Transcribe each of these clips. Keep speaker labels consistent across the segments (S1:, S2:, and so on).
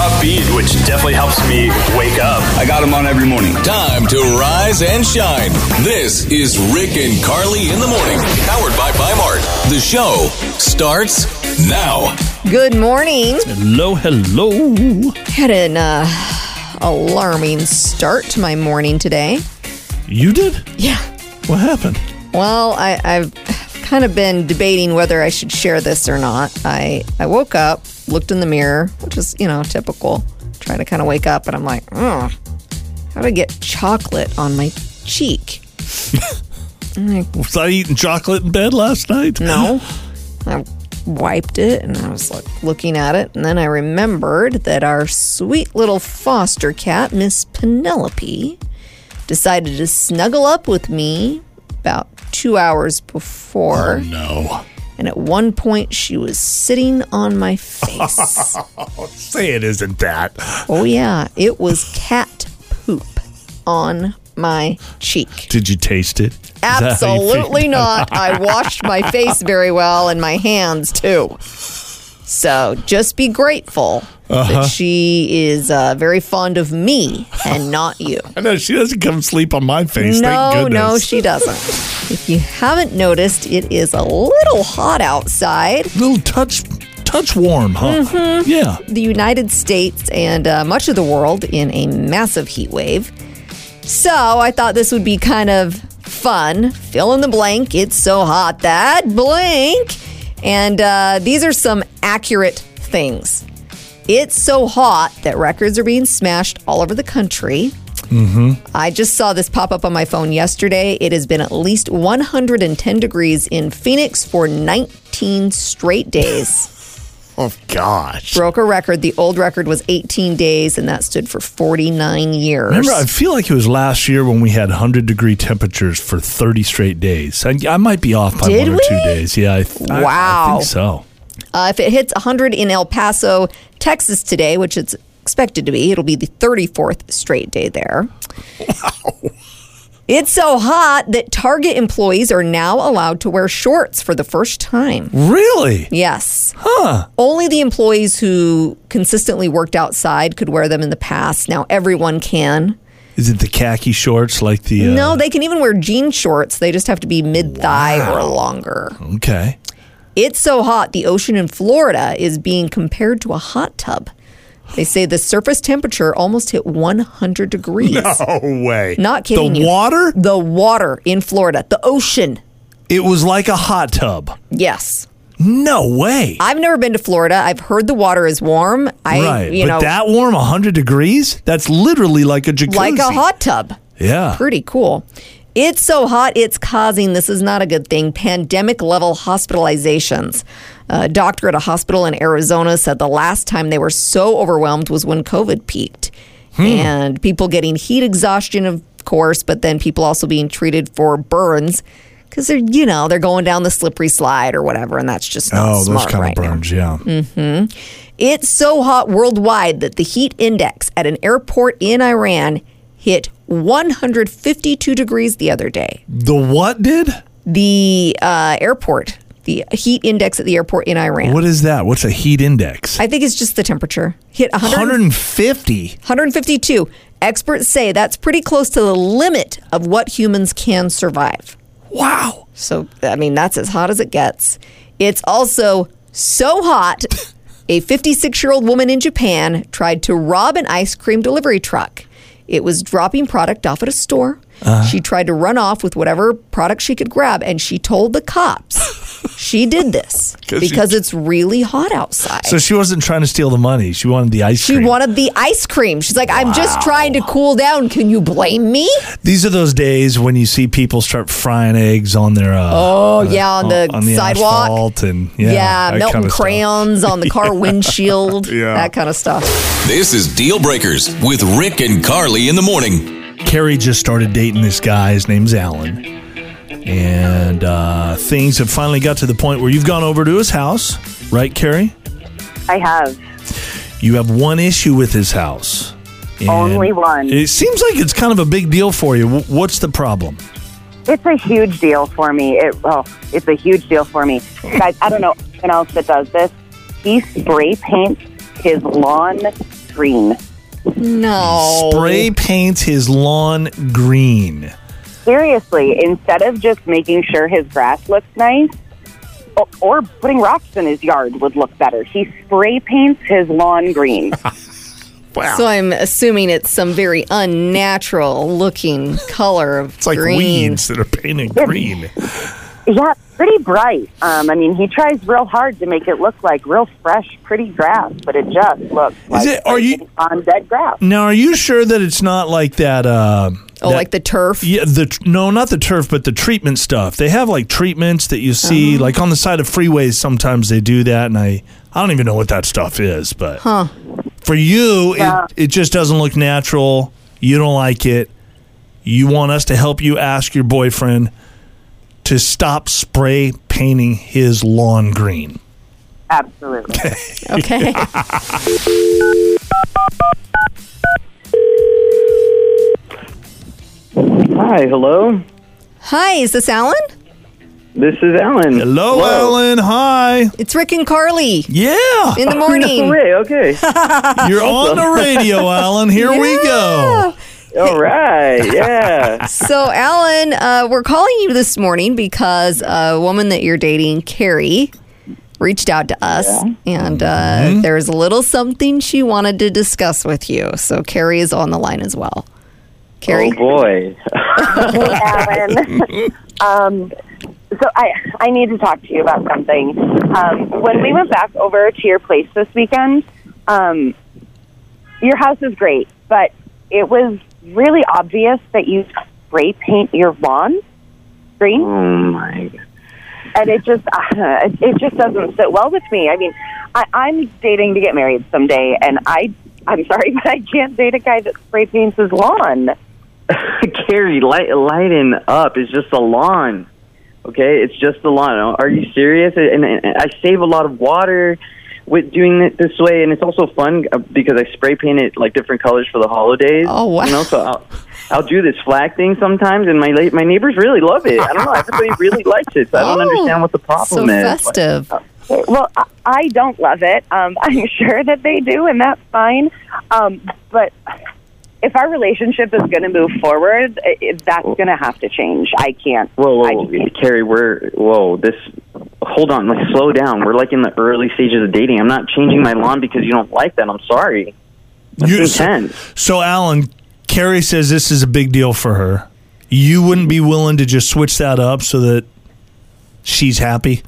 S1: upbeat, which definitely helps me wake up.
S2: I got them on every morning.
S3: Time to rise and shine. This is Rick and Carly in the morning, powered by Mart. The show starts now.
S4: Good morning.
S5: Hello, hello.
S4: Had an uh, alarming start to my morning today.
S5: You did?
S4: Yeah.
S5: What happened?
S4: Well, I, I've kind of been debating whether I should share this or not. I, I woke up, looked in the mirror, which is, you know, typical. Trying to kind of wake up, and I'm like, mm, how do I get chocolate on my cheek?
S5: Was I eating chocolate in bed last night?
S4: No. I wiped it and I was like looking at it. And then I remembered that our sweet little foster cat, Miss Penelope, decided to snuggle up with me about two hours before.
S5: No.
S4: And at one point, she was sitting on my face.
S5: Say it isn't that.
S4: oh, yeah. It was cat poop on my cheek.
S5: Did you taste it? Is that how you feel?
S4: Absolutely not. I washed my face very well and my hands too. So just be grateful
S5: Uh-huh.
S4: that she is uh, very fond of me and not you.
S5: I know she doesn't come sleep on my face.
S4: no,
S5: thank goodness.
S4: no, she doesn't. If you haven't noticed, it is a little hot outside.
S5: little touch, touch warm, huh?
S4: Mm-hmm.
S5: Yeah.
S4: the United States and uh, much of the world in a massive heat wave. So I thought this would be kind of fun. Fill in the blank. It's so hot that blank. And uh, these are some accurate things. It's so hot that records are being smashed all over the country. I just saw this pop up on my phone yesterday. It has been at least 110 degrees in Phoenix for 19 straight days
S5: Oh gosh.
S4: broke a record. The old record was 18 days, and that stood for 49 years.
S5: Remember, I feel like it was last year when we had 100 degree temperatures for 30 straight days. I, I might be off by
S4: Did
S5: one or two
S4: we?
S5: days. Yeah. I th- I- I,
S4: Wow.
S5: think so.
S4: Uh, if it hits 100 in El Paso, Texas today, which it's expected to be, it'll be the 34th straight day there. Wow. It's so hot that Target employees are now allowed to wear shorts for the first time.
S5: Really?
S4: Yes. Huh. Only the employees who consistently worked outside could wear them in the past. Now everyone can.
S5: Is it the khaki shorts like the? Uh,
S4: No, they can even wear jean shorts. They just have to be mid thigh or longer.
S5: Okay.
S4: It's so hot, the ocean in Florida is being compared to a hot tub. They say the surface temperature almost hit 100 degrees.
S5: No way.
S4: Not kidding
S5: The
S4: you.
S5: water?
S4: The water in Florida, the ocean.
S5: It was like a hot tub.
S4: Yes.
S5: No way.
S4: I've never been to Florida. I've heard the water is warm. I,
S5: right.
S4: you
S5: but
S4: know,
S5: that warm, 100 degrees? That's literally like a jacuzzi.
S4: like a hot tub.
S5: Yeah.
S4: Pretty cool. It's so hot, it's causing this is not a good thing pandemic level hospitalizations. A doctor at a hospital in Arizona said the last time they were so overwhelmed was when COVID peaked.
S5: Hmm.
S4: And people getting heat exhaustion, of course, but then people also being treated for burns because they're, you know, they're going down the slippery slide or whatever. And that's just not
S5: Oh, those
S4: smart
S5: kind
S4: right
S5: of
S4: now. Mm.
S5: burns, yeah.
S4: It's so hot worldwide that the heat index at an airport in Iran hit 152 degrees the other day.
S5: The what did?
S4: The uh, airport, the heat index at the airport in Iran.
S5: What is that? What's a heat index?
S4: I think it's just the temperature. Hit 100,
S5: 150.
S4: 152. Experts say that's pretty close to the limit of what humans can survive.
S5: Wow.
S4: So, I mean, that's as hot as it gets. It's also so hot. A 56 year old woman in Japan tried to rob an ice cream delivery truck. It was dropping product off at a store.
S5: Uh-huh.
S4: She tried to run off with whatever product she could grab, and she told the cops she did this
S5: 'Cause she-
S4: because it's really hot outside.
S5: So she wasn't trying to steal the money. She wanted the ice
S4: she
S5: cream.
S4: wanted the ice cream. She's like, I'm just trying to cool down. Can you blame me?
S5: These are those days when you see people start frying eggs on their uh,
S4: Oh, yeah, on the sidewalk.
S5: asphalt and yeah,
S4: Yeah,
S5: that
S4: melting
S5: kind of stuff.
S4: crayons on the car windshield,
S5: Yeah.
S4: that kind of stuff.
S3: This is Deal Breakers with Rick and Carly in the morning.
S5: Carrie just started dating this guy. His name's Alan. And uh, things have finally got to the point where you've gone over to his house, right, Carrie?
S6: I have.
S5: You have one issue with his house. And
S6: Only one.
S5: It seems like it's kind of a big deal for you. Wh- What's the problem?
S6: It's a huge deal for me. It oh, it's a huge deal for me, guys. I don't know anyone else that does this. He spray paints his lawn green.
S4: No.
S5: Spray
S2: Oh.
S5: paints his lawn green.
S6: Seriously, instead of just making sure his grass looks nice, o- or putting rocks in his yard would look better. He spray paints his lawn green.
S2: Wow.
S4: So I'm assuming it's some very unnatural looking color of
S2: it's like
S4: green.
S2: weeds that are painted green.
S6: yeah, pretty bright. Um, I mean, he tries real hard to make it look like real fresh, pretty grass, but it just looks like
S5: it- are you-
S6: on dead grass.
S5: Now, are you sure that it's not like that? Uh,
S4: Oh,
S5: that-
S4: like the turf.
S5: Yeah, the tr- no, not the turf, but the treatment stuff. They have like treatments that you see like on the side of freeways. Sometimes they do that, and I I don't even know what that stuff is. But for you, it, it just doesn't look natural. You don't like it. You want us to help you ask your boyfriend to stop spray painting his lawn green.
S6: Absolutely.
S4: Okay.
S7: Hi, hello.
S4: Hi, is this Alan?
S7: This is Alan.
S5: Hello, Alan. Hi.
S4: It's Rick and Carly
S5: Yeah,
S4: in the
S7: No
S4: morning.
S7: way. Oh, Okay.
S5: you're on the radio, Alan. Here we go.
S7: All right. Yeah.
S4: So, Alan, uh, we're calling you this morning because a woman that you're dating, Carrie, reached out to us and uh,
S5: Mm-hmm.
S4: there's a little something she wanted to discuss with you. So, Carrie is on the line as well. Carrie?
S7: Oh boy.
S6: Hey, Alan. um, so I I need to talk to you about something. Um, when we went back over to your place this weekend, um, your house is great, but it was really obvious that you spray paint your lawn green
S7: Oh my.
S6: and it just uh, it, it just doesn't sit well with me. I mean, I, I'm dating to get married someday, and I I'm sorry, but I can't date a guy that spray paints his lawn.
S7: Carrie, light, lighten up. It's just the lawn. Okay, it's just the lawn. Are you serious? And, and, and I save a lot of water with doing it this way, and it's also fun uh, because I spray paint it like different colors for the holidays.
S4: Oh, wow.
S7: You know, so I'll, I'll do this flag thing sometimes, and my la- my neighbors really love it. I don't know. Everybody really likes it. So I don't
S4: Oh,
S7: understand what the
S4: So
S7: problem is.
S4: festive.
S6: Well, I- I don't love it. Um, I'm sure that they do, and that's fine. Um, but if our relationship is going to move forward, i- i that's going to have to change. I can't.
S7: Whoa,
S6: I
S7: whoa,
S6: just
S7: whoa.
S6: can't.
S7: Carrie, we're whoa. This, hold on, like slow down. We're like in the early stages of dating. I'm not changing my lawn because you don't like that. I'm sorry. That's
S5: You- so-
S7: intense.
S5: So, Alan, Carrie says this is a big deal for her. You wouldn't be willing to just switch that up so that she's happy?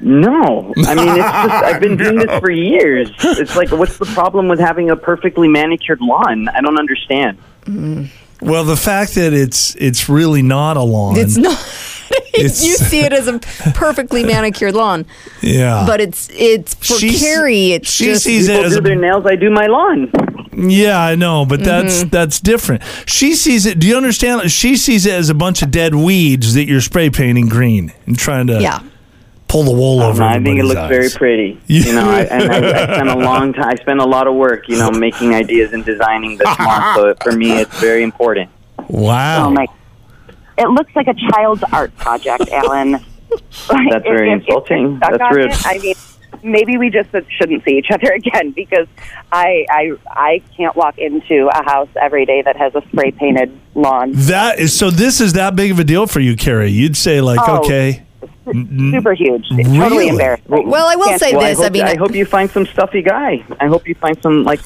S7: No, I mean it's just I've been doing this for years. It's like, what's the problem with having a perfectly manicured lawn? I don't understand.
S5: Well, the fact that it's it's really not a lawn.
S4: It's not.
S5: It's-
S4: you see it as a perfectly manicured lawn,
S5: yeah.
S4: but it's it's for
S5: She's-
S4: Carrie. It's
S5: she
S4: just,
S5: sees it
S7: People
S5: as
S7: do
S5: a,
S7: their nails. I do my lawn.
S5: yeah, I know, but
S4: Mm-hmm.
S5: that's that's different. She sees it. Do you understand? She sees it as a bunch of dead weeds that you're spray painting green and trying to
S4: yeah.
S5: pull the wool over.
S7: Um, I think it looks very
S5: everybody's eyes.
S7: pretty. You know, I, and I, I spent a long time. I spent a lot of work, you know, making ideas and designing this lawn. So for me, it's very important.
S5: Wow.
S6: Oh my! It looks like a child's art project, Alan. Like,
S7: That's very insulting.
S6: stuck
S7: That's
S6: on
S7: rude.
S6: it, I mean, maybe we just shouldn't see each other again because I I I can't walk into a house every day that has a spray painted lawn.
S5: that is so. This is that big of a deal for you, Carrie. You'd say like,
S6: Oh.
S5: okay,
S6: super huge. It's
S5: Really?
S6: Totally embarrassing.
S4: Mm. Well, I will
S6: Can't-
S4: say
S7: Well,
S4: this.
S7: I,
S4: I,
S7: hope,
S4: mean,
S7: I hope you find some stuffy guy. I hope you find some like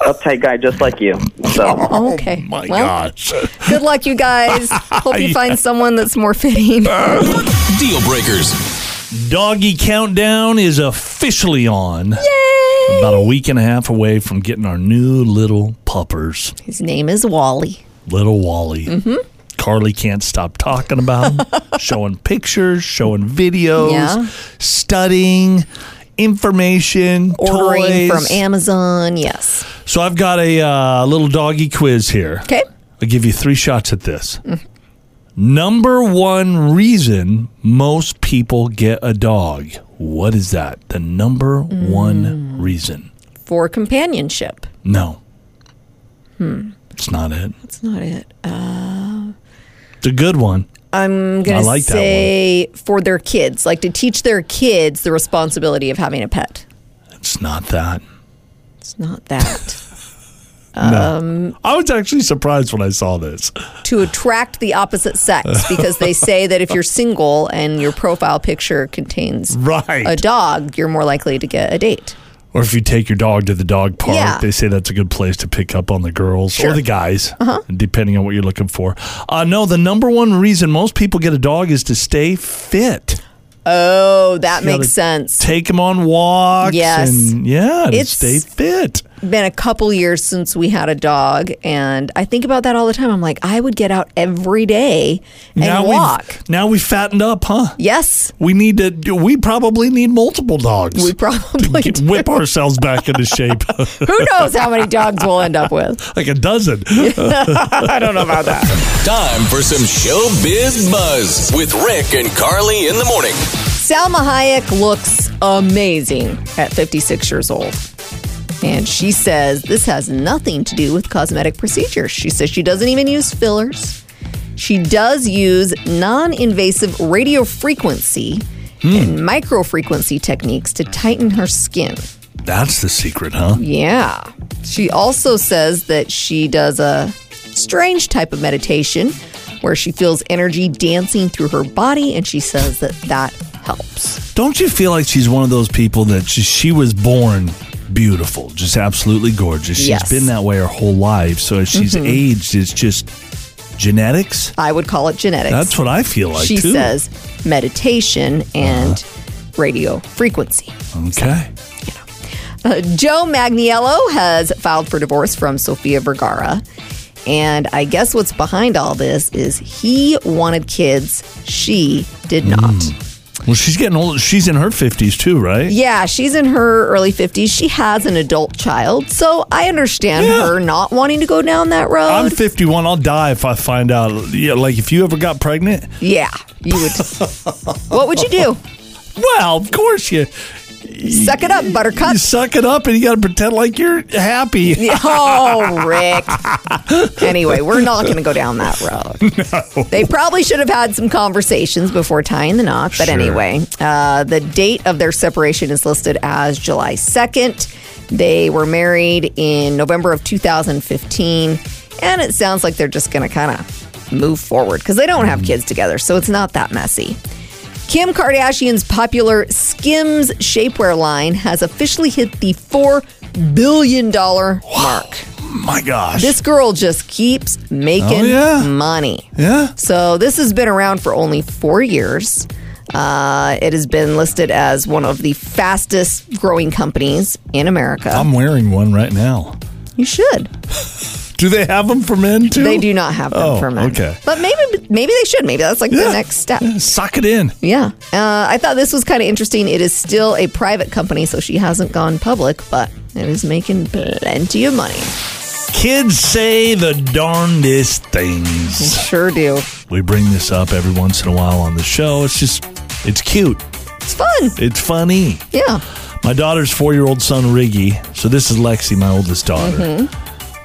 S7: uptight guy just like you. So
S5: Oh
S4: okay.
S2: My
S4: well,
S2: gosh.
S4: good luck, you guys. Hope you find someone that's more fitting.
S3: Deal breakers.
S5: Doggy Countdown is officially on. About a week and a half away from getting our new little puppers,
S4: His name is Wally.
S5: little Wally. Mm-hmm. Carly can't stop talking about him, showing pictures, showing videos,
S4: Yeah.
S5: studying information,
S4: Ordering
S5: toys.
S4: from Amazon. Yes.
S5: So I've got a uh, little doggy quiz here.
S4: Okay. Mm.
S5: I'll give you three shots at this. Number one reason most people get a dog. What is that? The number
S4: Mm.
S5: one reason.
S4: For companionship.
S5: No. Hmm. It's not it.
S4: That's not it. Uh,
S5: It's a good one.
S4: I'm gonna
S5: I like that one.
S4: say for their kids, like to teach their kids the responsibility of having a pet.
S5: It's not that.
S4: It's not that.
S5: I was actually surprised when I saw this.
S4: to attract the opposite sex because they say that if you're single and your profile picture contains
S5: Right.
S4: a dog, you're more likely to get a date.
S5: Or if you take your dog to the dog park,
S4: Yeah.
S5: they say that's a good place to pick up on the girls or the guys,
S4: Uh-huh.
S5: depending on what you're looking for. Uh, no, the number one reason most people get a dog is to stay fit.
S4: Oh, that makes
S5: Gotta
S4: sense.
S5: Take them on walks.
S4: Yes.
S5: And, yeah, to
S4: It's-
S5: stay fit.
S4: Been a couple years since we had a dog, and I think about that all the time. I'm like, I would get out every day and walk.
S5: We've, now we've fattened up, huh?
S4: Yes,
S5: We need to. We probably need multiple dogs.
S4: we probably.
S5: to get-
S4: do.
S5: whip ourselves back into shape,
S4: Who knows how many dogs we'll end up with?
S5: like a dozen.
S3: Time for some showbiz buzz with Rick and Carly in the morning.
S4: Salma Hayek looks amazing at 56 years old. And she says this has nothing to do with cosmetic procedures. She says she doesn't even use fillers. She does use non invasive radio frequency
S5: Hmm.
S4: and microfrequency techniques to tighten her skin.
S5: That's the secret, huh?
S4: Yeah. She also says that she does a strange type of meditation where she feels energy dancing through her body, and she says that that helps.
S5: Don't you feel like she's one of those people that she, she was born beautiful, just absolutely gorgeous? She's
S4: Yes. Mm-hmm.
S5: been that way her whole life. So as she's aged, it's just genetics.
S4: I would call it genetics.
S5: That's what I feel like.
S4: she
S5: too. Uh-huh.
S4: says meditation and radio frequency.
S5: Okay.
S4: Uh, Joe Magniello has filed for divorce from Sofia Vergara. And I guess what's behind all this is he wanted kids, she did not.
S5: Hmm. Well, she's getting old. She's in her fifties too, right?
S4: Yeah, she's in her early 50s. She has an adult child. So I understand
S5: Yeah.
S4: her not wanting to go down that road.
S5: I'm 51. I'll die if I find out. Yeah, like if you ever got pregnant.
S4: yeah, you would. what would you do?
S5: Well, of course you
S4: Suck it up, buttercup.
S5: you suck it up and you got to pretend like you're happy.
S4: Oh, Rick. Anyway, we're not going to go down that road. They probably should have had some conversations before tying the knot. But
S5: Sure.
S4: anyway, uh, the date of their separation is listed as July 2nd. They were married in November of 2015. And it sounds like they're just going to kind of move forward because they don't have kids together. So it's not that messy. Kim Kardashian's popular Skims shapewear line has officially hit the $4 billion mark.
S5: Oh My gosh.
S4: This girl just keeps making
S5: Oh, yeah.
S4: money.
S5: yeah.
S4: So this has been around for only four years. Uh, it has been listed as one of the fastest growing companies in America.
S5: I'm wearing one right now.
S4: you should.
S5: Do they have them for men too?
S4: They do not have them
S5: Oh,
S4: for men.
S5: okay.
S4: But maybe maybe they should. Maybe that's like
S5: Yeah.
S4: the next step.
S5: Suck it in.
S4: Yeah. Uh, I thought this was kind of interesting. It is still a private company, so she hasn't gone public, but it is making plenty of money.
S5: Kids say the darndest things.
S4: Sure do.
S5: We bring this up every once in a while on the show. It's just, it's cute.
S4: It's fun.
S5: It's funny.
S4: Yeah.
S5: My daughter's four year old son, Riggy. So this is Lexi, my oldest daughter.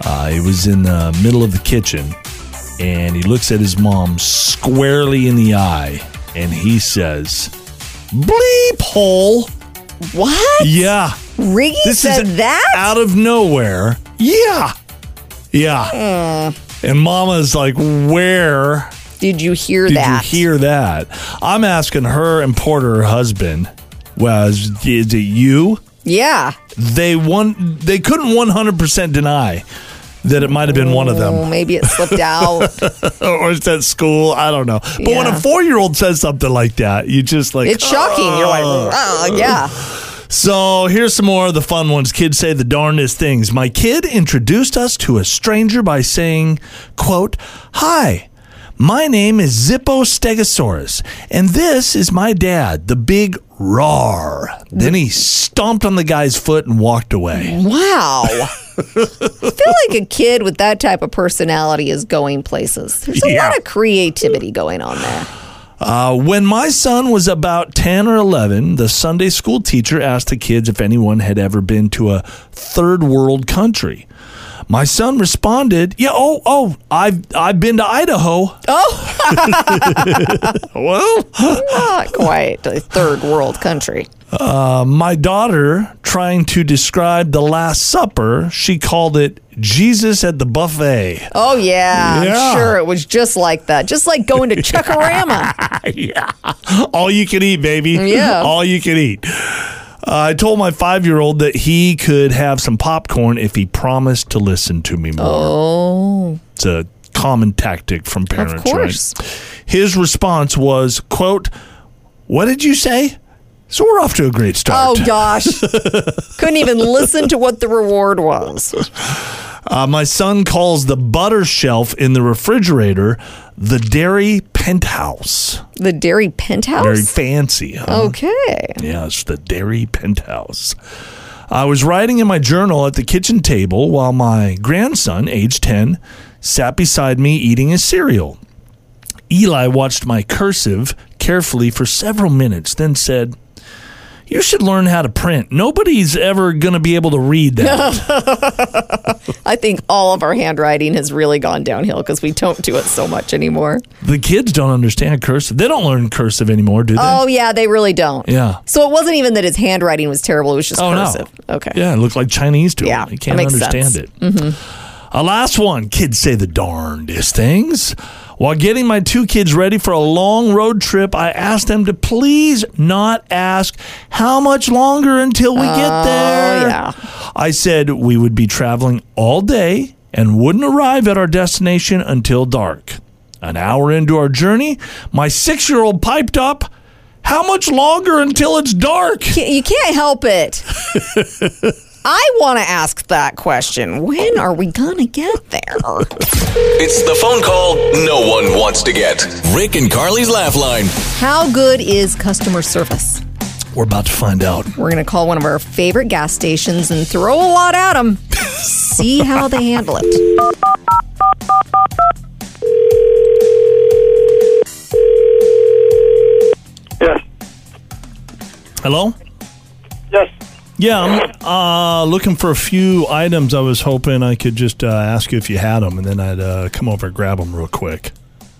S5: Uh, he was in the middle of the kitchen and he looks at his mom squarely in the eye and he says, Bleep hole.
S4: What?
S5: Yeah.
S4: Riggy said that?
S5: out of nowhere. Yeah. Yeah.
S4: Hmm.
S5: And mama's like, where
S4: Did you hear
S5: did
S4: that?
S5: you hear that? I'm asking her and Porter, her husband, was is it you?
S4: Yeah.
S5: They one they couldn't 100% deny that it might have been one of
S4: Well,
S5: them
S4: maybe it slipped out.
S5: or it's at school, I don't know. But when
S4: Yeah.
S5: a 4-year-old says something like that, you just like
S4: It's shocking. You're like, oh, yeah.
S5: So here's some more of the fun ones. Kids say the darndest things. My kid introduced us to a stranger by saying, quote, Hi, my name is Zippo Stegosaurus, and this is my dad, the big roar. Then he stomped on the guy's foot and walked away.
S4: Wow. I feel like a kid with that type of personality is going places. There's a
S5: Yeah.
S4: lot of creativity going on there.
S5: Uh, when my son was about 10 or 11, the Sunday school teacher asked the kids if anyone had ever been to a third world country. My son responded, "Yeah, oh, oh, I've I've been to Idaho.
S4: Oh,
S5: Well,
S4: not quite a third world country.
S5: my daughter trying to describe the Last Supper, she called it Jesus at the buffet.
S4: Oh yeah,
S5: Yeah.
S4: I'm sure it was just like that, just like going to Chuckarama.
S5: yeah. All you can eat, baby.
S4: Yeah.
S5: All you can eat. Uh, I told my five year old that he could have some popcorn if he promised to listen to me more. Oh. It's a common tactic from parents,
S4: course.
S5: right? His response was, quote, What did you say? So we're off to a great start.
S4: Oh gosh, couldn't even listen to what the reward was.
S5: Uh, my son calls the butter shelf in the refrigerator the dairy penthouse.
S4: The dairy
S5: Very
S4: penthouse.
S5: fancy. huh?
S4: Oh, okay.
S5: Yeah, it's the Dairy Penthouse. I was writing in my journal at the kitchen table while my grandson, age 10, sat beside me eating his cereal. Eli watched my cursive carefully for several minutes, then said, You should learn how to print. Nobody's ever going to be able to read that.
S4: I think all of our handwriting has really gone downhill because we don't do it so much anymore.
S5: the kids don't understand cursive. They don't learn cursive anymore, do they?
S4: Oh yeah, they really don't.
S5: Yeah.
S4: So it wasn't even that his handwriting was terrible; it was just
S5: Oh, no.
S4: cursive. Okay.
S5: Yeah, it looked like Chinese to
S4: Yeah,
S5: him. He can't
S4: that makes
S5: understand
S4: sense. Mm-hmm.
S5: it. A last one. Kids say the darndest things. While getting my two kids ready for a long road trip, I asked them to please not ask how much longer until we get there.
S4: Oh, yeah.
S5: I said we would be traveling all day and wouldn't arrive at our destination until dark. An hour into our journey, my six year old piped up, How much longer until it's dark?
S4: Can't- You can't help it. I want to ask that question. When are we gonna get there?
S3: It's the phone call no one wants to get. Rick and Carly's Laugh Line.
S4: How good is customer service?
S5: We're about to find out.
S4: We're going to call one of our favorite gas stations and throw a lot at them. See how they handle it.
S8: Yes.
S5: Hello?
S8: Yes.
S5: Yeah, I'm uh, looking for a few items. I was hoping I could just uh, ask you if you had them, and then I'd uh, come over and grab them real quick.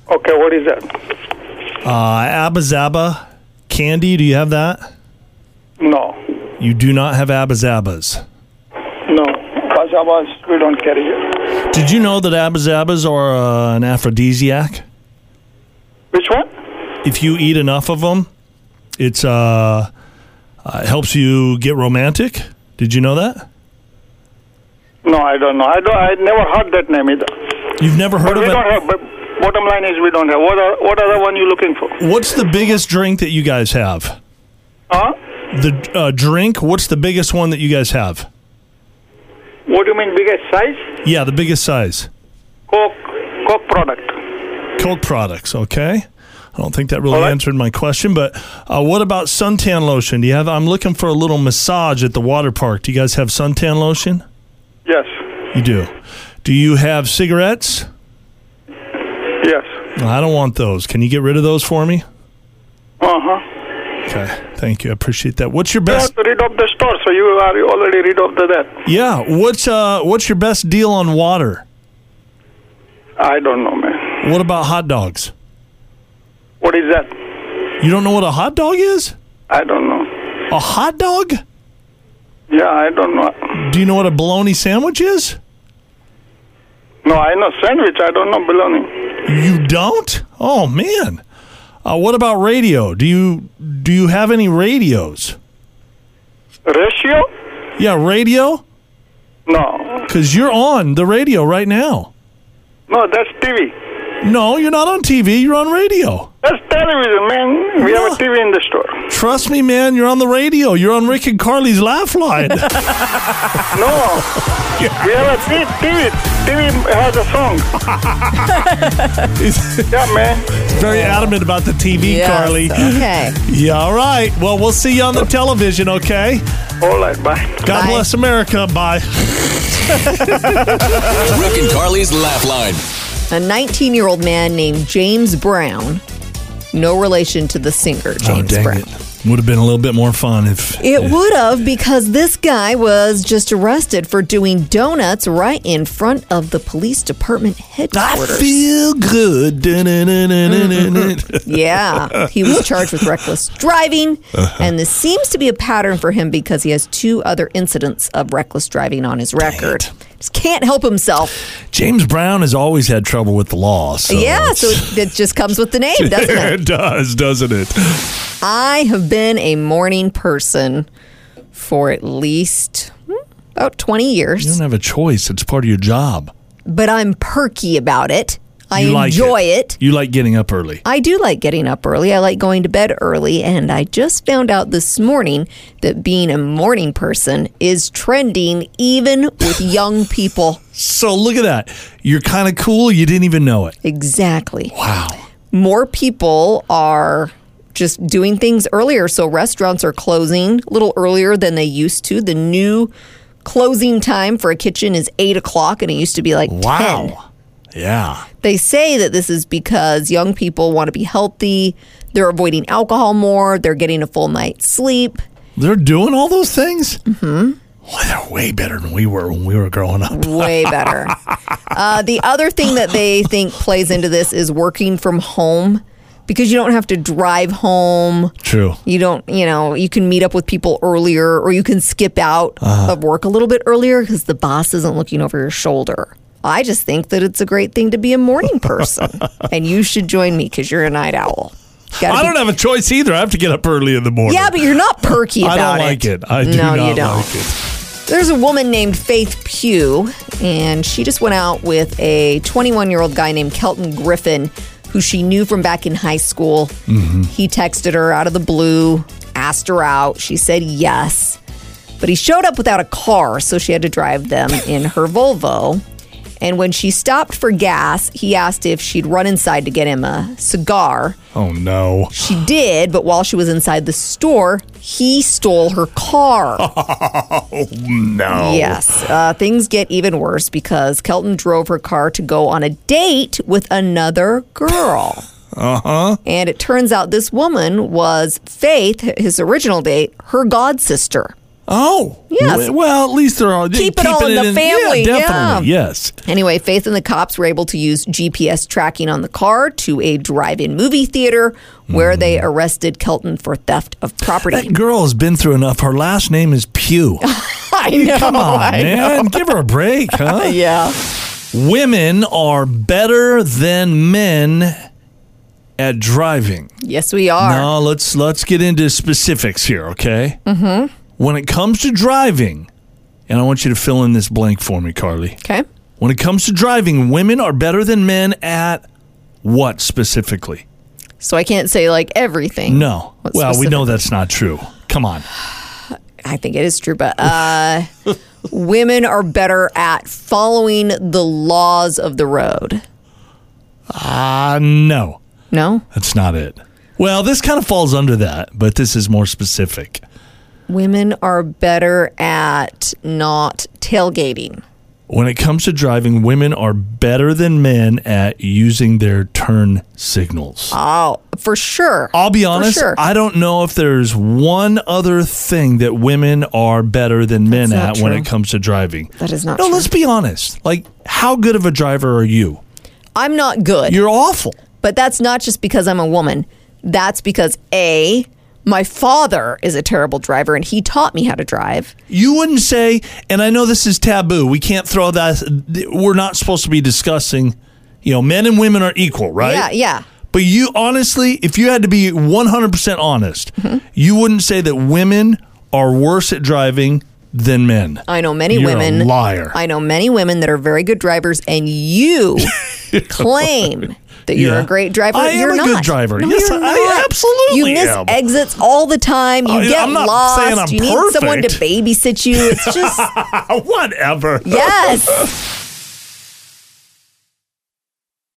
S8: Okay, what is that?
S5: Uh, Abba Zaba candy, do you have that?
S8: No.
S5: You do not have Abba Zabas.
S8: No. Kazabas, we don't carry it.
S5: Did you know that Abba Zabas are uh, an aphrodisiac?
S8: Which one?
S5: If you eat enough of them, it's uh, uh, it helps you get romantic. Did you know that?
S8: No, I don't know. I don't. I never heard that name either.
S5: You've never heard
S8: But we
S5: of
S8: don't
S5: it.
S8: have. But bottom line is we don't have. What are, what other one you looking for?
S5: What's the biggest drink that you guys have?
S8: Huh?
S5: The uh, drink. What's the biggest one that you guys have?
S8: What do you mean biggest size?
S5: Yeah, the biggest size.
S8: Coke, Coke product.
S5: Coke products, okay? I don't think that really
S8: All right.
S5: answered my question, but uh, what about suntan lotion? Do you have? I'm looking for a little massage at the water park. Do you guys have suntan lotion?
S8: Yes.
S5: You do. Do you have cigarettes?
S8: Yes.
S5: No, I don't want those. Can you get rid of those for me?
S8: Uh huh.
S5: Okay, thank you. I appreciate that. What's your
S8: You have
S5: best?
S8: to rid of the store, so you are already rid of the that.
S5: Yeah. What's uh? What's your best deal on water?
S8: I don't know, man.
S5: What about hot dogs?
S8: What is that?
S5: You don't know what a hot dog is?
S8: I don't know.
S5: A hot dog?
S8: Yeah, I don't know.
S5: Do you know what a bologna sandwich is?
S8: No, I know sandwich. I don't know bologna.
S5: You don't? Oh man. Uh, what about radio? Do you do you have any radios?
S8: Ratio?
S5: Yeah, radio.
S8: No.
S5: Cause you're on the radio right now.
S8: No, that's TV.
S5: No, you're not on TV. You're on radio.
S8: That's television, man. We have
S5: No.
S8: a TV in the store.
S5: Trust me, man. You're on the radio. You're on Rick and Carly's Laugh Line.
S8: No. We have a t- TV. TV has a song.
S5: He's
S8: Yeah, man.
S5: very adamant about the TV,
S4: Yes,
S5: Carly.
S4: Okay.
S5: Yeah. All right. Well, we'll see you on the television. Okay.
S8: All right, bye.
S5: God
S4: Bye.
S5: bless America. Bye.
S3: Rick and Carly's Laugh Line.
S4: A 19 year old man named James Brown, no relation to the singer James
S5: Oh, dang
S4: Brown,
S5: it. Would have been a little bit more fun if
S4: It would have because this guy was just arrested for doing donuts right in front of the police department
S5: I
S4: headquarters.
S5: feel good. Da-na-na-na-na-na-na.
S4: yeah, he was charged with reckless driving,
S5: Uh-huh.
S4: and this seems to be a pattern for him because he has two other incidents of reckless driving on his record. Just can't help himself.
S5: James Brown has always had trouble with the law. So
S4: yeah, so
S5: it's-
S4: it, it just comes with the name, doesn't it?
S5: Oh, it does, doesn't it?
S4: I have been a morning person for at least hmm, about 20 years.
S5: You don't have a choice. It's part of your job.
S4: but I'm perky about it. I
S5: You like
S4: enjoy it.
S5: You like getting up early.
S4: I do like getting up early. I like going to bed early. And I just found out this morning that being a morning person is trending even with young people.
S5: So look at that. You're kind of cool. You didn't even know it.
S4: Exactly.
S5: Wow.
S4: More people are just doing things earlier. So restaurants are closing a little earlier than they used to. The new closing time for a kitchen is eight o'clock, and it used to be like 10.
S5: Wow. Yeah.
S4: They say that this is because young people want to be healthy, they're avoiding alcohol more, they're getting a full night's sleep.
S5: They're doing all those things? Mm-hmm. Well, they're way better than we were when we were growing up.
S4: Way better. uh, the other thing that they think plays into this is working from home because you don't have to drive home.
S5: True.
S4: You don't, you know, you can meet up with people earlier or you can skip out
S5: Uh-huh.
S4: of work a little bit earlier because the boss isn't looking over your shoulder. I just think that it's a great thing to be a morning person. and you should join me because you're a night owl. Gotta
S5: I
S4: be
S5: don't have a choice either. I have to get up early in the morning.
S4: Yeah, but you're not perky
S5: I
S4: about
S5: don't like it. I do
S4: no,
S5: not
S4: you don't.
S5: like it.
S4: There's a woman named Faith Pugh, and she just went out with a 21 year old guy named Kelton Griffin, who she knew from back in high school. He texted her out of the blue, asked her out. She said yes, but he showed up without a car, so she had to drive them in her Volvo. And when she stopped for gas, he asked if she'd run inside to get him a cigar.
S5: Oh no.
S4: She did, but while she was inside the store, he stole her car.
S5: No.
S4: Yes. Uh, things get even worse because Kelton drove her car to go on a date with another girl. Uh
S5: Uh-huh.
S4: huh. And it turns out this woman was Faith, his original date, her god sister.
S5: Oh.
S4: Yes.
S5: W- Well, at least they're all
S4: Keep it all
S5: keeping
S4: in the family,
S5: Yeah, definitely. Yes.
S4: Anyway, Faith and the cops were able to use GPS tracking on the car to a drive in movie theater where they
S5: Mm-hmm.
S4: arrested Kelton for theft of property.
S5: That girl has been through enough. Her last name is Pew.
S4: Oh, I know.
S5: Come on, man. Give her a break, huh?
S4: Yeah.
S5: Women are better than men at driving.
S4: Yes, we are.
S5: Now let's let's get into specifics here, okay? Mm-hmm. When it comes to driving, and I want you to fill in this blank for me, Carly.
S4: Okay.
S5: When it comes to driving, women are better than men at what specifically?
S4: So I can't say like everything.
S5: No.
S4: What
S5: well, we know that's not true. Come on.
S4: I think it is true, but uh, women are better at following the laws of the road.
S5: Uh, no,
S4: No,
S5: that's not it. Well, this kind of falls under that, but this is more specific.
S4: women are better at not tailgating.
S5: When it comes to driving, women are better than men at using their turn signals.
S4: Oh, for sure.
S5: I'll be honest,
S4: sure.
S5: I don't know if there's one other thing that women are better than men
S4: not
S5: at when
S4: true.
S5: it comes to driving.
S4: That is not
S5: No,
S4: true.
S5: let's be honest. Like, how good of a driver are you?
S4: I'm not good,
S5: You're awful.
S4: but that's not just because I'm a woman. That's because a my father is a terrible driver, and he taught me how to drive.
S5: You wouldn't say, and I know this is taboo. We can't throw that. We're not supposed to be discussing, you know, men and women are equal, right?
S4: Yeah, yeah.
S5: But you honestly, if you had to be 100% honest,
S4: Mm-hmm.
S5: you wouldn't say that women are worse at driving than men.
S4: I know many
S5: You're a
S4: women.
S5: liar.
S4: I know many women that are very good drivers, and you claim that you're
S5: Yeah.
S4: a great driver.
S5: I am
S4: you're
S5: a
S4: not.
S5: good driver.
S4: No,
S5: Yes,
S4: you're
S5: I
S4: not.
S5: absolutely
S4: You miss
S5: am.
S4: exits all the time. You
S5: I-
S4: get
S5: I'm not
S4: lost.
S5: saying I'm
S4: you need someone to
S5: perfect.
S4: babysit you. It's just
S5: Whatever.
S4: yes.